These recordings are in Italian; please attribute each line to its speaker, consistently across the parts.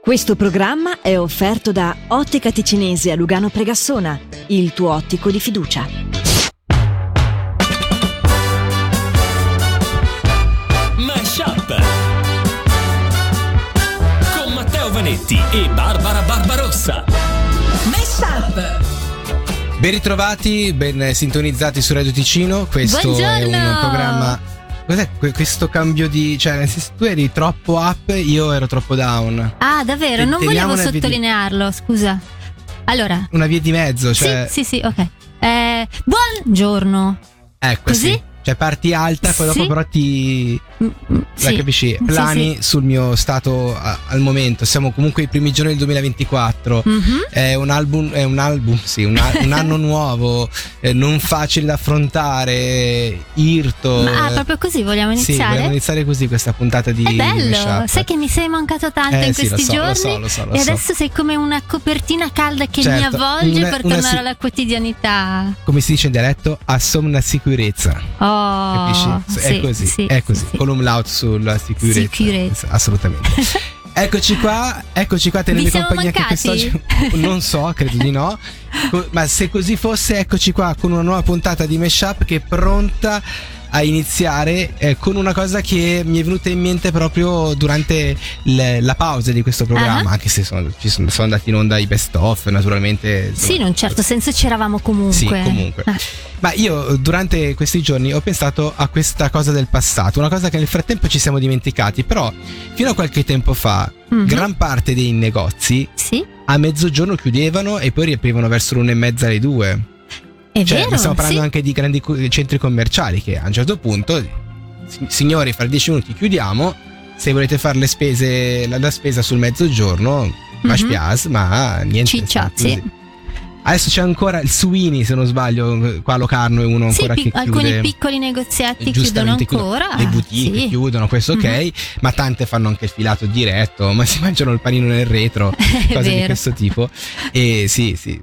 Speaker 1: Questo programma è offerto da Ottica Ticinese a Lugano Pregassona, il tuo ottico di fiducia.
Speaker 2: Mashup con Matteo Vanetti e Barbara Barbarossa.
Speaker 3: Mashup
Speaker 4: Ben ritrovati, ben sintonizzati su Radio Ticino. Questo
Speaker 3: Buongiorno!
Speaker 4: è un programma. Cos'è que- questo cambio di. Cioè, nel senso, tu eri troppo up, io ero troppo down.
Speaker 5: Ah, davvero?
Speaker 4: Teniamo
Speaker 5: Non volevo
Speaker 4: una via di-
Speaker 5: sottolinearlo, scusa. Allora,
Speaker 4: Una via di mezzo, cioè.
Speaker 5: sì, sì, sì, ok. Eh, buongiorno.
Speaker 4: Ecco,
Speaker 5: Così?
Speaker 4: sì. Cioè, parti alta, poi
Speaker 5: Sì.
Speaker 4: dopo però ti.
Speaker 5: Mm, mm,
Speaker 4: Cioè,
Speaker 5: sì.
Speaker 4: capisci?
Speaker 5: Sì,
Speaker 4: Plani sul mio stato a- al momento. Siamo comunque i primi giorni del 2024.
Speaker 5: Mhm.
Speaker 4: È un album, è un album, sì, un, a- un anno nuovo, eh, non facile da affrontare, irto.
Speaker 5: Ma, ah,
Speaker 4: eh,
Speaker 5: proprio così vogliamo
Speaker 4: Sì,
Speaker 5: iniziare?
Speaker 4: vogliamo iniziare così questa puntata di
Speaker 5: È bello,
Speaker 4: Mashup.
Speaker 5: sai che mi sei mancato tanto
Speaker 4: Eh,
Speaker 5: in
Speaker 4: sì, lo
Speaker 5: questi
Speaker 4: so,
Speaker 5: giorni
Speaker 4: lo so, lo so, lo
Speaker 5: e
Speaker 4: so.
Speaker 5: adesso sei come una copertina calda che
Speaker 4: Certo,
Speaker 5: mi avvolge
Speaker 4: una-
Speaker 5: per
Speaker 4: una
Speaker 5: tornare
Speaker 4: si-
Speaker 5: alla quotidianità.
Speaker 4: Come si dice in dialetto, assomna sicurezza.
Speaker 5: Oh,
Speaker 4: capisci?
Speaker 5: sì,
Speaker 4: è così,
Speaker 5: sì,
Speaker 4: è così.
Speaker 5: sì, sì.
Speaker 4: Column loud sulla sicurezza.
Speaker 5: Sicurezza.
Speaker 4: Assolutamente. Eccoci qua, eccoci qua, tenete
Speaker 5: Vi siamo
Speaker 4: compagnia anche
Speaker 5: mancati?
Speaker 4: quest'oggi. Non so, credo di no. Co- Ma se così fosse, eccoci qua con una nuova puntata di Mashup che è pronta a iniziare eh, con una cosa che mi è venuta in mente proprio durante le- la pausa di questo programma,
Speaker 5: Ah.
Speaker 4: anche se sono, ci sono, sono andati in onda i best of, naturalmente.
Speaker 5: Sì,
Speaker 4: insomma,
Speaker 5: in un certo senso c'eravamo comunque.
Speaker 4: Sì, comunque.
Speaker 5: Ah,
Speaker 4: ma io eh, durante questi giorni ho pensato a questa cosa del passato, una cosa che nel frattempo ci siamo dimenticati, però fino a qualche tempo fa
Speaker 5: mhm.
Speaker 4: gran parte dei negozi
Speaker 5: sì,
Speaker 4: a mezzogiorno chiudevano e poi riaprivano verso l'una e mezza alle due.
Speaker 5: è
Speaker 4: Cioè,
Speaker 5: vero.
Speaker 4: stiamo parlando
Speaker 5: sì.
Speaker 4: anche di grandi cu- centri commerciali che a un certo punto, si- signori, fra dieci minuti chiudiamo. Se volete fare le spese, la, la spesa sul mezzogiorno, ma
Speaker 5: Mhm.
Speaker 4: spias, ma niente.
Speaker 5: Ciccia,
Speaker 4: così.
Speaker 5: sì.
Speaker 4: Adesso c'è ancora il Suini, se non sbaglio, qua a Locarno è uno
Speaker 5: Sì,
Speaker 4: ancora
Speaker 5: pic-
Speaker 4: che chiude.
Speaker 5: alcuni piccoli negozietti chiudono
Speaker 4: Giustamente chiudono.
Speaker 5: ancora.
Speaker 4: le boutique
Speaker 5: Sì. Mhm.
Speaker 4: chiudono, questo ok, ma tante fanno anche il filato diretto, ma si mangiano il panino nel retro,
Speaker 5: È
Speaker 4: cose di
Speaker 5: vero.
Speaker 4: questo tipo. E sì, sì,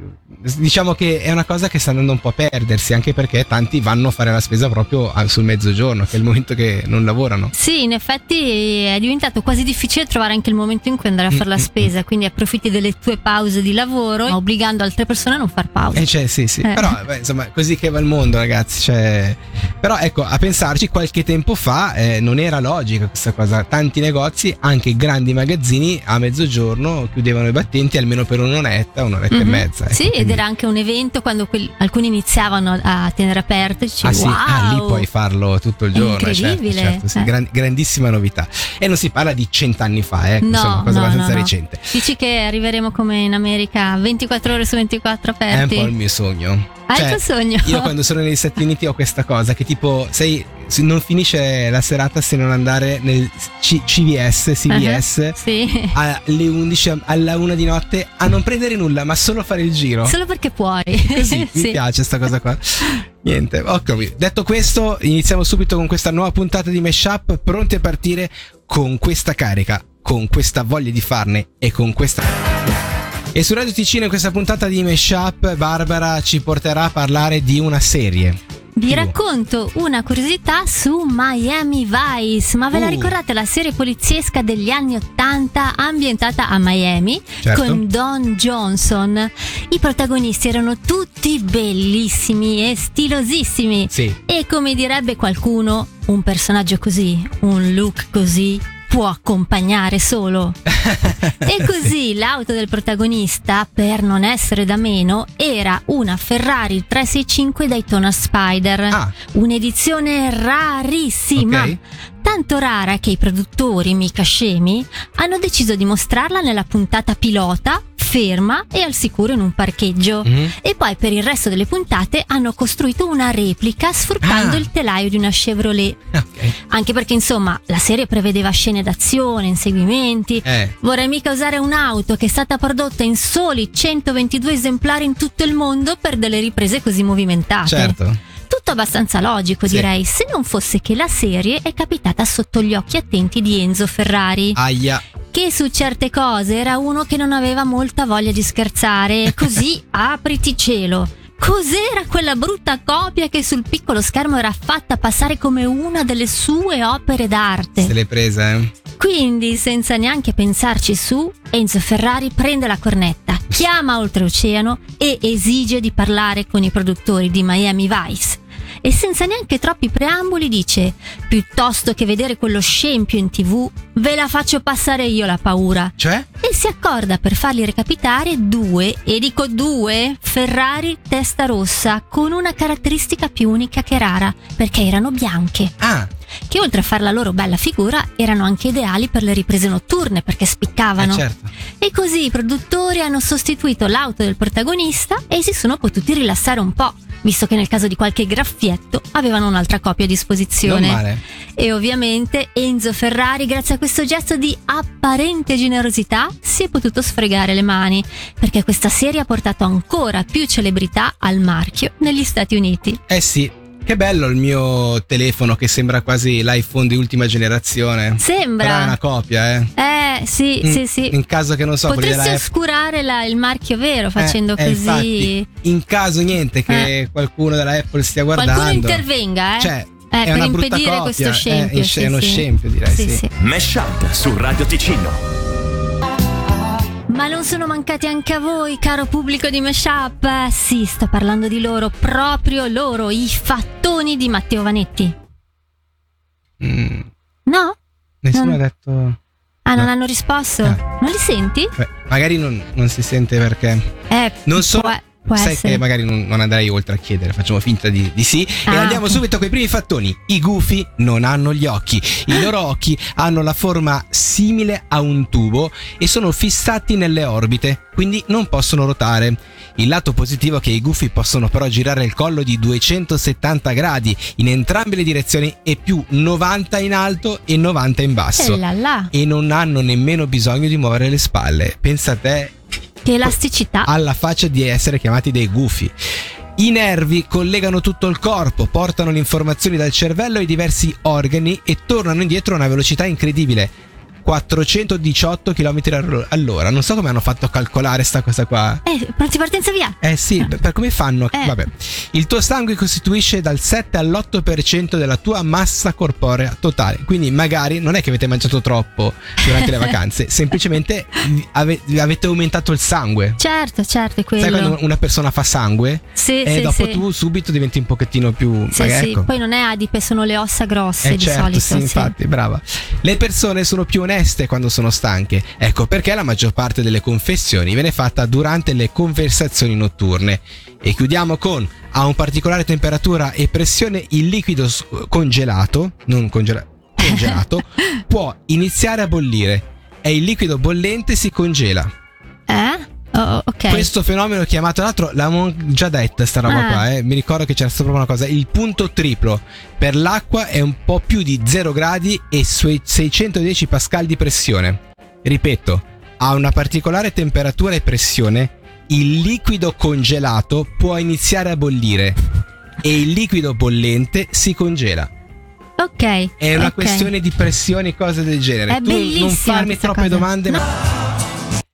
Speaker 4: diciamo che è una cosa che sta andando un po' a perdersi, anche perché tanti vanno a fare la spesa proprio al- sul mezzogiorno, che è il momento che non lavorano.
Speaker 5: Sì, in effetti è diventato quasi difficile trovare anche il momento in cui andare a fare
Speaker 4: Mm,
Speaker 5: la
Speaker 4: mm,
Speaker 5: spesa, quindi approfitti delle tue pause di lavoro, obbligando altre persone a non far pausa.
Speaker 4: Eh, cioè, sì, sì.
Speaker 5: Eh.
Speaker 4: Però, beh, insomma, così che va il mondo, ragazzi. Cioè... Però, ecco, a pensarci, qualche tempo fa eh, non era logica questa cosa. Tanti negozi, anche grandi magazzini, a mezzogiorno chiudevano i battenti almeno per un'oretta, un'oretta
Speaker 5: Mhm.
Speaker 4: e mezza. ecco,
Speaker 5: sì, ed
Speaker 4: quindi-
Speaker 5: era anche un evento quando quel- alcuni iniziavano a tenere aperto e dici,
Speaker 4: Ah,
Speaker 5: wow,
Speaker 4: sì, ah, lì puoi farlo tutto il
Speaker 5: È
Speaker 4: giorno. certo,
Speaker 5: incredibile,
Speaker 4: certo, sì.
Speaker 5: eh.
Speaker 4: Gran- grandissima novità. E non si parla di cent'anni fa, eh,
Speaker 5: No,
Speaker 4: insomma, cosa
Speaker 5: no,
Speaker 4: abbastanza
Speaker 5: no, no.
Speaker 4: recente.
Speaker 5: dici che arriveremo come in America 24 ore su 24
Speaker 4: È Eh, un po' il
Speaker 5: aperti.
Speaker 4: mio sogno.
Speaker 5: Hai
Speaker 4: Cioè,
Speaker 5: il tuo sogno?
Speaker 4: Io quando sono negli Stati Uniti ho questa cosa che tipo, sei, se non finisce la serata se non andare nel C- CVS, CVS
Speaker 5: Sì.
Speaker 4: alle 11, alla 1 di notte a non prendere nulla ma solo fare il giro.
Speaker 5: Solo perché puoi.
Speaker 4: Così, mi
Speaker 5: Sì.
Speaker 4: piace sta cosa qua. Niente, ho capito. Detto questo, iniziamo subito con questa nuova puntata di Meshup, pronti a partire con questa carica, con questa voglia di farne e con questa... E su Radio Ticino in questa puntata di Meshup Barbara ci porterà a parlare di una serie.
Speaker 5: Vi
Speaker 4: Tipo?
Speaker 5: racconto una curiosità su Miami Vice, ma ve la
Speaker 4: Uh.
Speaker 5: ricordate la serie poliziesca degli anni 80 ambientata a Miami
Speaker 4: Certo.
Speaker 5: con Don Johnson? I protagonisti erano tutti bellissimi e stilosissimi
Speaker 4: Sì.
Speaker 5: e come direbbe qualcuno, un personaggio così, un look così può accompagnare solo. E così l'auto del protagonista, per non essere da meno, era una Ferrari 365 Daytona Spider.
Speaker 4: Ah,
Speaker 5: Un'edizione rarissima,
Speaker 4: ok.
Speaker 5: tanto rara che i produttori, mica scemi, hanno deciso di mostrarla nella puntata pilota, ferma e al sicuro in un parcheggio.
Speaker 4: Mhm.
Speaker 5: E poi per il resto delle puntate hanno costruito una replica sfruttando
Speaker 4: Ah.
Speaker 5: il telaio di una Chevrolet.
Speaker 4: Ok.
Speaker 5: Anche perché insomma la serie prevedeva scene d'azione, inseguimenti.
Speaker 4: Eh.
Speaker 5: Vorrei mica usare un'auto che è stata prodotta in soli 122 esemplari in tutto il mondo per delle riprese così movimentate.
Speaker 4: Certo.
Speaker 5: Tutto abbastanza logico,
Speaker 4: Sì.
Speaker 5: direi, se non fosse che la serie è capitata sotto gli occhi attenti di Enzo Ferrari,
Speaker 4: Aia.
Speaker 5: che su certe cose era uno che non aveva molta voglia di scherzare. Così apriti cielo. Cos'era quella brutta copia che sul piccolo schermo era fatta passare come una delle sue opere d'arte?
Speaker 4: Se l'hai presa, eh.
Speaker 5: Quindi, senza neanche pensarci su, Enzo Ferrari prende la cornetta, chiama oltreoceano e esige di parlare con i produttori di Miami Vice. E senza neanche troppi preamboli dice: Piuttosto che vedere quello scempio in tv, ve la faccio passare io la paura.
Speaker 4: Cioè?
Speaker 5: E si accorda per fargli recapitare due, e dico due, Ferrari testa rossa con una caratteristica più unica che rara, perché erano bianche
Speaker 4: Ah,
Speaker 5: che oltre a far la loro bella figura erano anche ideali per le riprese notturne perché
Speaker 4: eh,
Speaker 5: spiccavano.
Speaker 4: certo.
Speaker 5: E così i produttori hanno sostituito l'auto del protagonista e si sono potuti rilassare un po', visto che nel caso di qualche graffietto avevano un'altra copia a
Speaker 4: Non
Speaker 5: disposizione.
Speaker 4: male.
Speaker 5: E ovviamente Enzo Ferrari, grazie a questo gesto di apparente generosità, si è potuto sfregare le mani, perché questa serie ha portato ancora più celebrità al marchio negli Stati Uniti.
Speaker 4: Eh sì. Che bello il mio telefono che sembra quasi l'iPhone di ultima generazione.
Speaker 5: Sembra.
Speaker 4: Però è una copia, eh.
Speaker 5: Eh sì,
Speaker 4: Mm,
Speaker 5: sì, sì.
Speaker 4: In caso che non so, quelli
Speaker 5: Potresti
Speaker 4: della Apple-
Speaker 5: oscurare la- il marchio vero facendo
Speaker 4: Eh, eh,
Speaker 5: così. Eh.
Speaker 4: infatti, in caso niente che qualcuno della Apple stia guardando.
Speaker 5: Qualcuno intervenga, eh.
Speaker 4: Cioè,
Speaker 5: Eh,
Speaker 4: è
Speaker 5: per
Speaker 4: una brutta
Speaker 5: impedire
Speaker 4: copia,
Speaker 5: questo
Speaker 4: eh,
Speaker 5: scempio.
Speaker 4: è
Speaker 5: sì,
Speaker 4: uno
Speaker 5: sì.
Speaker 4: scempio, direi, sì.
Speaker 2: Mesh Up su Radio Ticino.
Speaker 5: Ma non sono mancati anche a voi, caro pubblico di Meshup? Eh, Sì, sto parlando di loro, proprio loro, i fattoni di Matteo Vanetti.
Speaker 4: Mm,
Speaker 5: No?
Speaker 4: nessuno
Speaker 5: Non-
Speaker 4: ha detto.
Speaker 5: Ah, non
Speaker 4: No.
Speaker 5: hanno risposto?
Speaker 4: Eh.
Speaker 5: Non li senti?
Speaker 4: Beh, magari non, non si sente perché.
Speaker 5: Eh,
Speaker 4: Non so.
Speaker 5: può- può
Speaker 4: sai
Speaker 5: essere.
Speaker 4: che magari non, non andrei oltre a chiedere, facciamo finta di, di sì. e
Speaker 5: Ah,
Speaker 4: andiamo
Speaker 5: ok.
Speaker 4: subito coi primi fattoni. I gufi non hanno gli occhi. I loro occhi hanno la forma simile a un tubo e sono fissati nelle orbite, quindi non possono rotare. Il lato positivo è che i gufi possono però girare il collo di 270 gradi in entrambe le direzioni e più 90 in alto e 90 in basso.
Speaker 5: Eh là là,
Speaker 4: E non hanno nemmeno bisogno di muovere le spalle. Pensa a te
Speaker 5: che elasticità.
Speaker 4: alla faccia di essere chiamati dei gufi. I nervi collegano tutto il corpo, portano le informazioni dal cervello ai diversi organi e tornano indietro a una velocità incredibile. 418 km all'ora. Non so come hanno fatto a calcolare sta cosa qua.
Speaker 5: Eh, pronti partenza via.
Speaker 4: Eh sì, per per come fanno?
Speaker 5: Ah. Eh.
Speaker 4: Vabbè. Il tuo sangue costituisce dal 7 all'8% della tua massa corporea totale. Quindi magari non è che avete mangiato troppo durante le vacanze, semplicemente ave- avete aumentato il sangue.
Speaker 5: Certo, certo, è quello.
Speaker 4: Sai quando una persona fa sangue
Speaker 5: Sì,
Speaker 4: e
Speaker 5: sì,
Speaker 4: dopo
Speaker 5: sì.
Speaker 4: tu subito diventi un pochettino più...
Speaker 5: Sì,
Speaker 4: magari,
Speaker 5: sì,
Speaker 4: ecco.
Speaker 5: poi non è adipe, sono le ossa grosse
Speaker 4: Eh,
Speaker 5: di
Speaker 4: certo,
Speaker 5: solito.
Speaker 4: sì, infatti, brava. Le persone sono più oneste quando sono stanche. Ecco perché la maggior parte delle confessioni viene fatta durante le conversazioni notturne. E chiudiamo con a un particolare temperatura e pressione il liquido s- congelato, non congela- congelato, può iniziare a bollire. E il liquido bollente si congela.
Speaker 5: Eh? Oh, ok.
Speaker 4: Questo fenomeno chiamato, tra l'altro, l'avevamo già detta sta roba
Speaker 5: Ah.
Speaker 4: qua, eh. mi ricordo che c'era stata proprio una cosa, il punto triplo per l'acqua è un po' più di 0 gradi e sui 610 pascal di pressione. Ripeto, a una particolare temperatura e pressione, il liquido congelato può iniziare a bollire e il liquido bollente si congela.
Speaker 5: ok.
Speaker 4: È una
Speaker 5: ok.
Speaker 4: questione di pressioni, cose del genere.
Speaker 5: È
Speaker 4: tu non
Speaker 5: bellissima
Speaker 4: farmi
Speaker 5: questa
Speaker 4: troppe
Speaker 5: cosa.
Speaker 4: domande. ma-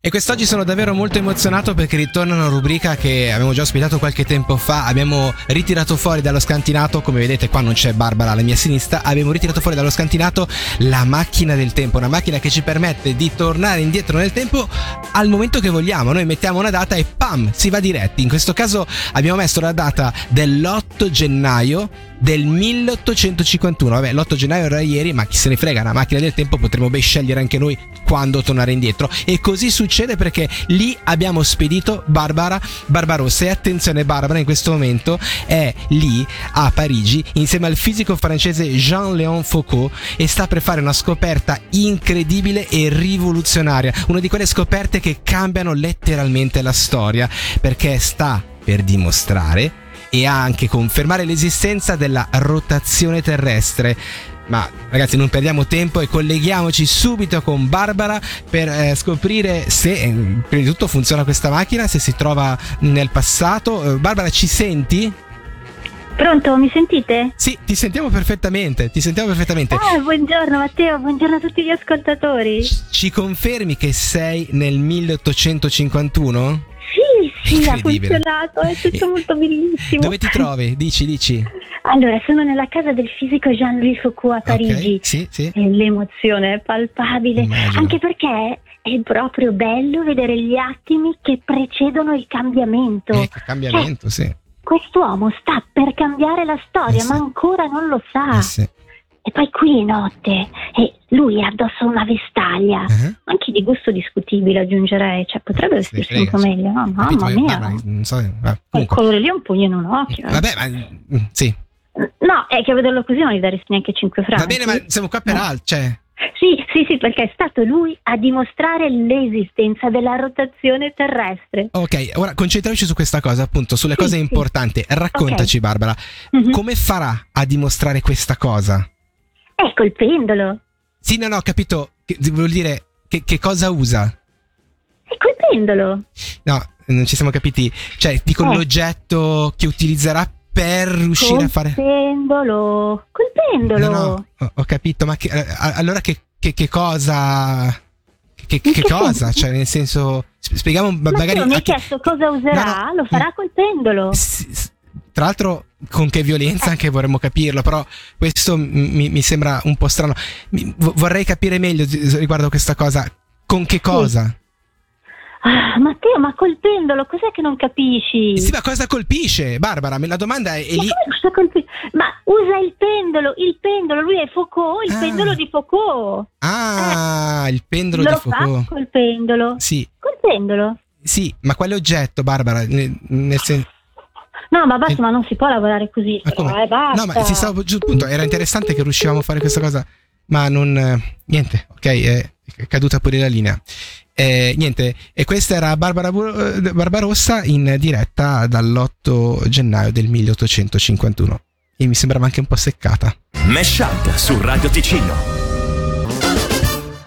Speaker 4: E quest'oggi sono davvero molto emozionato perché ritorna una rubrica che abbiamo già ospitato qualche tempo fa. Abbiamo ritirato fuori dallo scantinato, come vedete qua non c'è Barbara alla mia sinistra, abbiamo ritirato fuori dallo scantinato la macchina del tempo, una macchina che ci permette di tornare indietro nel tempo al momento che vogliamo. Noi mettiamo una data e pam, si va diretti. In questo caso abbiamo messo la data dell'8 gennaio del 1851. Vabbè, l'8 gennaio era ieri, ma chi se ne frega, la macchina del tempo potremmo ben scegliere anche noi quando tornare indietro. E così succede perché lì abbiamo spedito Barbara Barbarossa. E attenzione, Barbara in questo momento è lì a Parigi insieme al fisico francese Jean-Léon Foucault e sta per fare una scoperta incredibile e rivoluzionaria. Una di quelle scoperte che cambiano letteralmente la storia perché sta per dimostrare e anche confermare l'esistenza della rotazione terrestre. Ma ragazzi non perdiamo tempo e colleghiamoci subito con Barbara per eh, scoprire se eh, prima di tutto funziona questa macchina, se si trova nel passato. Eh, Barbara ci senti?
Speaker 6: Pronto, mi sentite?
Speaker 4: Sì, ti sentiamo perfettamente, ti sentiamo perfettamente.
Speaker 6: Ah, buongiorno Matteo, buongiorno a tutti gli ascoltatori.
Speaker 4: Ci confermi che sei nel 1851?
Speaker 6: Sì, sì, ha
Speaker 4: Incredibile.
Speaker 6: funzionato, è tutto
Speaker 4: Eh,
Speaker 6: molto bellissimo.
Speaker 4: Dove ti trovi? Dici, dici.
Speaker 6: Allora, sono nella casa del fisico Jean-Louis Foucault a Parigi. Eh,
Speaker 4: Ok, sì, sì. Eh,
Speaker 6: E l'emozione è palpabile,
Speaker 4: Immagino.
Speaker 6: anche perché è proprio bello vedere gli attimi che precedono il cambiamento.
Speaker 4: Ecco, cambiamento, sì.
Speaker 6: Quest'uomo sta per cambiare la storia,
Speaker 4: Eh sì.
Speaker 6: ma ancora non lo sa.
Speaker 4: Eh sì.
Speaker 6: E poi qui è notte e lui ha addosso una vestaglia,
Speaker 4: Eh?
Speaker 6: anche di gusto discutibile aggiungerei, cioè potrebbe
Speaker 4: Sì,
Speaker 6: vestirsi un po'
Speaker 4: prega, sì.
Speaker 6: meglio, no?
Speaker 4: Capito,
Speaker 6: mamma
Speaker 4: eh,
Speaker 6: mia.
Speaker 4: Barbara, non so, vabbè,
Speaker 6: Quel
Speaker 4: comunque.
Speaker 6: colore lì è un pugno in un occhio. eh.
Speaker 4: Vabbè, ma mm, sì.
Speaker 6: No, è che a vederlo così non gli daresti neanche 5 franchi.
Speaker 4: Va bene, ma siamo qua
Speaker 6: Ah.
Speaker 4: per altro, cioè.
Speaker 6: Sì, sì, sì, perché è stato lui a dimostrare l'esistenza della rotazione terrestre.
Speaker 4: Ok, ora concentriamoci su questa cosa, appunto, sulle
Speaker 6: Sì,
Speaker 4: cose
Speaker 6: sì.
Speaker 4: importanti. Raccontaci, Barbara,
Speaker 6: Mhm.
Speaker 4: come farà a dimostrare questa cosa?
Speaker 6: Ecco il pendolo.
Speaker 4: Sì, no, no, ho capito. Che, vuol dire che, che cosa usa?
Speaker 6: Ecco il pendolo.
Speaker 4: No, non ci siamo capiti. Cioè, dico
Speaker 6: Eh.
Speaker 4: l'oggetto che utilizzerà per riuscire
Speaker 6: col
Speaker 4: a fare.
Speaker 6: pendolo. Col
Speaker 4: Eh. No,
Speaker 6: pendolo.
Speaker 4: no, ho, ho capito, ma che- eh, a- allora che, che- che cosa. Che, che
Speaker 6: che
Speaker 4: cosa?
Speaker 6: senso?
Speaker 4: Cioè, nel senso. sp- Spieghiamo, ma
Speaker 6: Ma
Speaker 4: magari.
Speaker 6: tu non mi
Speaker 4: a
Speaker 6: hai
Speaker 4: chi-
Speaker 6: chiesto cosa userà?
Speaker 4: no, Mm.
Speaker 6: Lo farà col pendolo.
Speaker 4: S- s- Tra l'altro, con che
Speaker 6: Eh.
Speaker 4: violenza anche vorremmo capirlo, però questo mi, mi sembra un po' strano. Mi- vo- vorrei capire meglio di- riguardo a questa cosa. Con che cosa?
Speaker 6: Ah, Matteo, ma col pendolo cos'è che non capisci?
Speaker 4: Sì, ma cosa colpisce, Barbara? Me- La domanda è, è
Speaker 6: Ma,
Speaker 4: lì.
Speaker 6: come cosa colpi- ma usa il pendolo, il pendolo, lui è Foucault, il
Speaker 4: Ah.
Speaker 6: pendolo di Foucault.
Speaker 4: Ah, il pendolo
Speaker 6: Lo
Speaker 4: di
Speaker 6: fa
Speaker 4: Foucault.
Speaker 6: col pendolo.
Speaker 4: Sì,
Speaker 6: Col pendolo.
Speaker 4: sì, ma quale oggetto, Barbara? Ne- nel sen-
Speaker 6: No, ma basta,
Speaker 4: Eh.
Speaker 6: ma non si può lavorare così.
Speaker 4: ma
Speaker 6: però,
Speaker 4: come?
Speaker 6: eh, basta.
Speaker 4: No, ma si stava giù il punto. Era interessante che riuscivamo a fare questa cosa, ma non. eh, Niente, ok, è è caduta pure la linea. Eh, niente, e questa era Barbara Bu- eh, Barbarossa in diretta dall'8 gennaio del 1851. E mi sembrava anche un po' seccata.
Speaker 2: Mesh Up su Radio Ticino.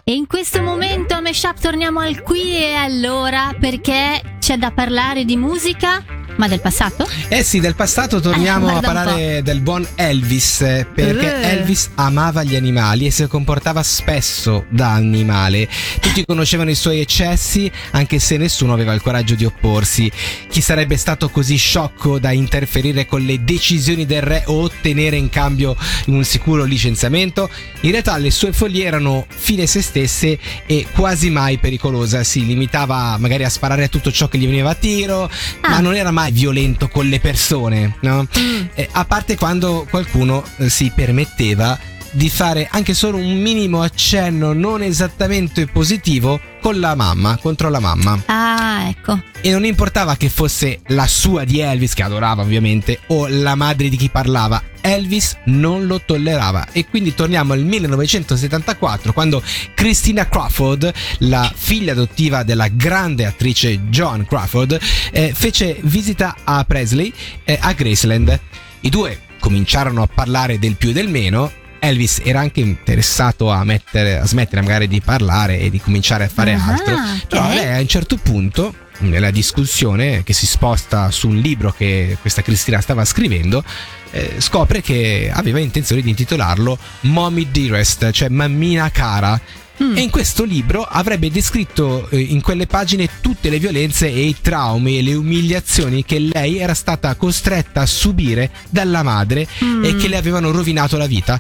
Speaker 5: E in questo momento a Meshup torniamo al qui e allora perché c'è da parlare di musica, ma del passato?
Speaker 4: Eh sì, del passato
Speaker 5: Eh,
Speaker 4: torniamo a
Speaker 5: guarda un
Speaker 4: parlare Eh, del buon Elvis, eh, perché
Speaker 5: Eh.
Speaker 4: Elvis amava gli animali e si comportava spesso da animale. Tutti conoscevano i suoi eccessi, anche se nessuno aveva il coraggio di opporsi. Chi sarebbe stato così sciocco da interferire con le decisioni del re o ottenere in cambio un sicuro licenziamento? In realtà le sue follie erano fine a se stesse e quasi mai pericolosa. Si limitava magari a sparare a tutto ciò che gli veniva a tiro, ma
Speaker 5: Ah.
Speaker 4: non era mai violento con le persone, no?
Speaker 5: Mm.
Speaker 4: Eh, a parte quando qualcuno eh, si permetteva di fare anche solo un minimo accenno non esattamente positivo con la mamma, contro la mamma.
Speaker 5: Ah, ecco.
Speaker 4: E non importava che fosse la sua di Elvis, che adorava ovviamente, o la madre di chi parlava, Elvis non lo tollerava. E quindi torniamo al 1974, quando Christina Crawford, la figlia adottiva della grande attrice Joan Crawford, eh, fece visita a Presley eh, a Graceland. I due cominciarono a parlare del più e del meno. Elvis era anche interessato a, mettere- a smettere magari di parlare e di cominciare a fare
Speaker 5: Ah,
Speaker 4: altro.
Speaker 5: ok.
Speaker 4: Però lei a un certo punto, nella discussione che si sposta su un libro che questa Cristina stava scrivendo, eh, scopre che aveva intenzione di intitolarlo Mommy Dearest, cioè mammina cara.
Speaker 5: Mm.
Speaker 4: E in questo libro avrebbe descritto eh, in quelle pagine tutte le violenze e i traumi e le umiliazioni che lei era stata costretta a subire dalla madre
Speaker 5: Mm.
Speaker 4: e che le avevano rovinato la vita,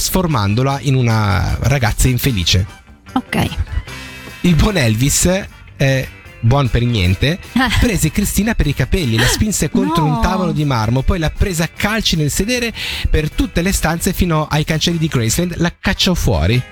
Speaker 4: trasformandola in una ragazza infelice.
Speaker 5: Ok.
Speaker 4: Il buon Elvis, eh, buon per niente, prese Cristina per i capelli, la spinse contro
Speaker 5: Eh. No.
Speaker 4: un tavolo di marmo, poi la prese a calci nel sedere per tutte le stanze fino ai cancelli di Graceland, la cacciò fuori.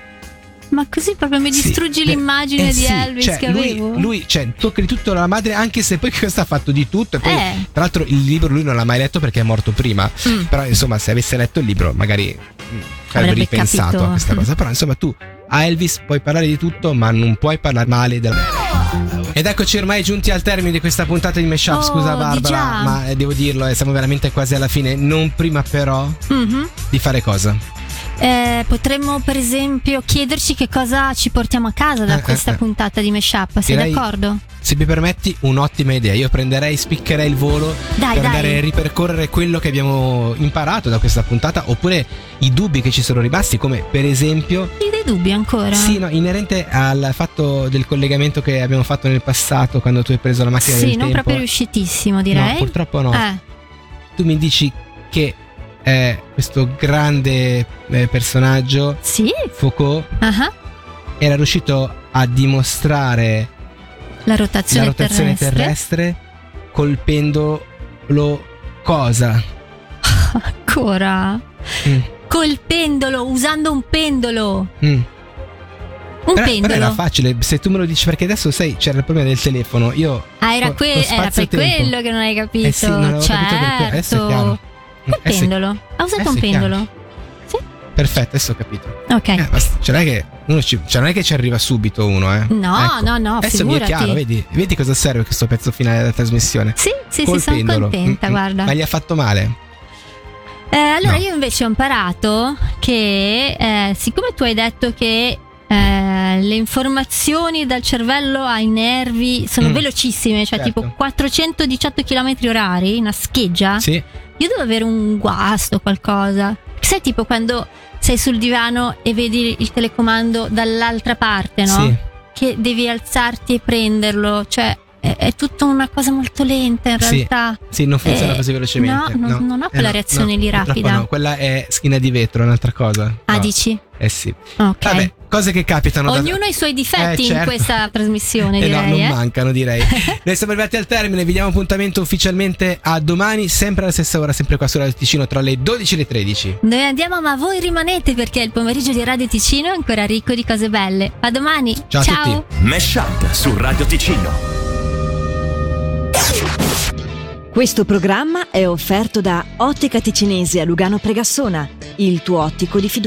Speaker 5: Ma così proprio mi
Speaker 4: Sì,
Speaker 5: distruggi
Speaker 4: beh,
Speaker 5: l'immagine
Speaker 4: eh
Speaker 5: di
Speaker 4: sì,
Speaker 5: Elvis
Speaker 4: cioè,
Speaker 5: che
Speaker 4: lui,
Speaker 5: avevo.
Speaker 4: Lui, cioè, tocca di tutto la madre, anche se poi questo ha fatto di tutto. E poi,
Speaker 5: Eh.
Speaker 4: tra l'altro, il libro lui non l'ha mai letto perché è morto prima.
Speaker 5: Mm.
Speaker 4: Però, insomma, se avesse letto il libro, magari mm, avrebbe
Speaker 5: Avrebbe
Speaker 4: ripensato
Speaker 5: capito.
Speaker 4: a questa
Speaker 5: Mm.
Speaker 4: cosa. Però, insomma, tu a Elvis puoi parlare di tutto, ma non puoi parlare male della. Ed eccoci ormai giunti al termine di questa puntata di Meshup.
Speaker 5: Oh,
Speaker 4: Scusa,
Speaker 5: di
Speaker 4: Barbara,
Speaker 5: già.
Speaker 4: ma eh, devo dirlo, eh, siamo veramente quasi alla fine. Non prima, però,
Speaker 5: Mhm.
Speaker 4: di fare cosa?
Speaker 5: eh, potremmo per esempio chiederci che cosa ci portiamo a casa da
Speaker 4: Eh, eh,
Speaker 5: questa
Speaker 4: eh.
Speaker 5: puntata di Meshup, sei
Speaker 4: Direi-
Speaker 5: d'accordo?
Speaker 4: Se mi permetti, un'ottima idea. Io prenderei, spiccherei il volo
Speaker 5: Dai,
Speaker 4: per
Speaker 5: dai.
Speaker 4: andare a ripercorrere quello che abbiamo imparato da questa puntata, oppure i dubbi che ci sono rimasti, come per esempio
Speaker 5: Hai dei dubbi ancora?
Speaker 4: Sì, no, inerente al fatto del collegamento che abbiamo fatto nel passato quando tu hai preso la macchina
Speaker 5: Sì,
Speaker 4: del
Speaker 5: non
Speaker 4: tempo. eh.
Speaker 5: proprio riuscitissimo direi.
Speaker 4: No, purtroppo no.
Speaker 5: Eh,
Speaker 4: Tu mi dici che eh, questo grande eh, personaggio,
Speaker 5: sì,
Speaker 4: Foucault,
Speaker 5: ah,
Speaker 4: era riuscito a dimostrare
Speaker 5: la rotazione,
Speaker 4: la rotazione
Speaker 5: terrestre.
Speaker 4: terrestre, colpendolo cosa?
Speaker 5: Ancora.
Speaker 4: Mm,
Speaker 5: Col pendolo, usando un pendolo.
Speaker 4: mm.
Speaker 5: Un
Speaker 4: Però, però
Speaker 5: pendolo.
Speaker 4: era facile, se tu me lo dici perché adesso sai, c'era il problema del telefono. Io
Speaker 5: Ah, era,
Speaker 4: Lo-
Speaker 5: que-
Speaker 4: lo
Speaker 5: era per
Speaker 4: spazio-tempo.
Speaker 5: quello che non hai capito.
Speaker 4: eh sì, non avevo capito perché. Adesso è chiaro.
Speaker 5: certo. Col
Speaker 4: Eh sì,
Speaker 5: pendolo. Ha usato
Speaker 4: Adesso
Speaker 5: un
Speaker 4: è
Speaker 5: pendolo.
Speaker 4: perfetto, adesso ho capito.
Speaker 5: Ok.
Speaker 4: Eh, ma s- cioè, non è che uno ci- cioè, non è che ci arriva subito uno, eh.
Speaker 5: No, no, no,
Speaker 4: Adesso mi è
Speaker 5: figurati.
Speaker 4: chiaro, vedi, vedi cosa serve questo pezzo finale della trasmissione.
Speaker 5: Sì, sì,
Speaker 4: Col
Speaker 5: sì, sono
Speaker 4: pendolo.
Speaker 5: contenta,
Speaker 4: Mm, mm.
Speaker 5: guarda.
Speaker 4: Ma gli ha fatto male.
Speaker 5: Eh, allora,
Speaker 4: No.
Speaker 5: io invece ho imparato che, eh, siccome tu hai detto che eh, le informazioni dal cervello ai nervi sono
Speaker 4: Mm.
Speaker 5: velocissime, cioè
Speaker 4: Certo.
Speaker 5: tipo 418 km orari, una scheggia,
Speaker 4: Sì.
Speaker 5: io devo avere un guasto, qualcosa. Sai, tipo quando sei sul divano e vedi il telecomando dall'altra parte, no?
Speaker 4: Sì.
Speaker 5: Che devi alzarti e prenderlo, cioè è, è tutta una cosa molto lenta in
Speaker 4: Sì.
Speaker 5: realtà.
Speaker 4: Sì, non funziona
Speaker 5: Eh,
Speaker 4: così velocemente.
Speaker 5: no, non- non ho quella
Speaker 4: no,
Speaker 5: reazione
Speaker 4: no,
Speaker 5: lì
Speaker 4: purtroppo
Speaker 5: rapida.
Speaker 4: No, quella è schiena di vetro, è un'altra cosa.
Speaker 5: Ah,
Speaker 4: No.
Speaker 5: dici?
Speaker 4: Eh sì.
Speaker 5: Ok.
Speaker 4: Vabbè, cose che capitano da-
Speaker 5: Ognuno ha i suoi difetti
Speaker 4: Eh, certo.
Speaker 5: in questa trasmissione,
Speaker 4: Eh no,
Speaker 5: direi.
Speaker 4: non
Speaker 5: eh.
Speaker 4: mancano, direi. Noi siamo arrivati al termine, vi diamo appuntamento ufficialmente a domani, sempre alla stessa ora, sempre qua su Radio Ticino tra le 12 e le 13.
Speaker 5: Noi andiamo, ma voi rimanete perché il pomeriggio di Radio Ticino è ancora ricco di cose belle. A domani.
Speaker 4: Ciao a
Speaker 5: Ciao.
Speaker 4: tutti.
Speaker 2: Mesh Up su Radio Ticino.
Speaker 1: Questo programma è offerto da Ottica Ticinesi a Lugano Pregassona, il tuo ottico di fiducia.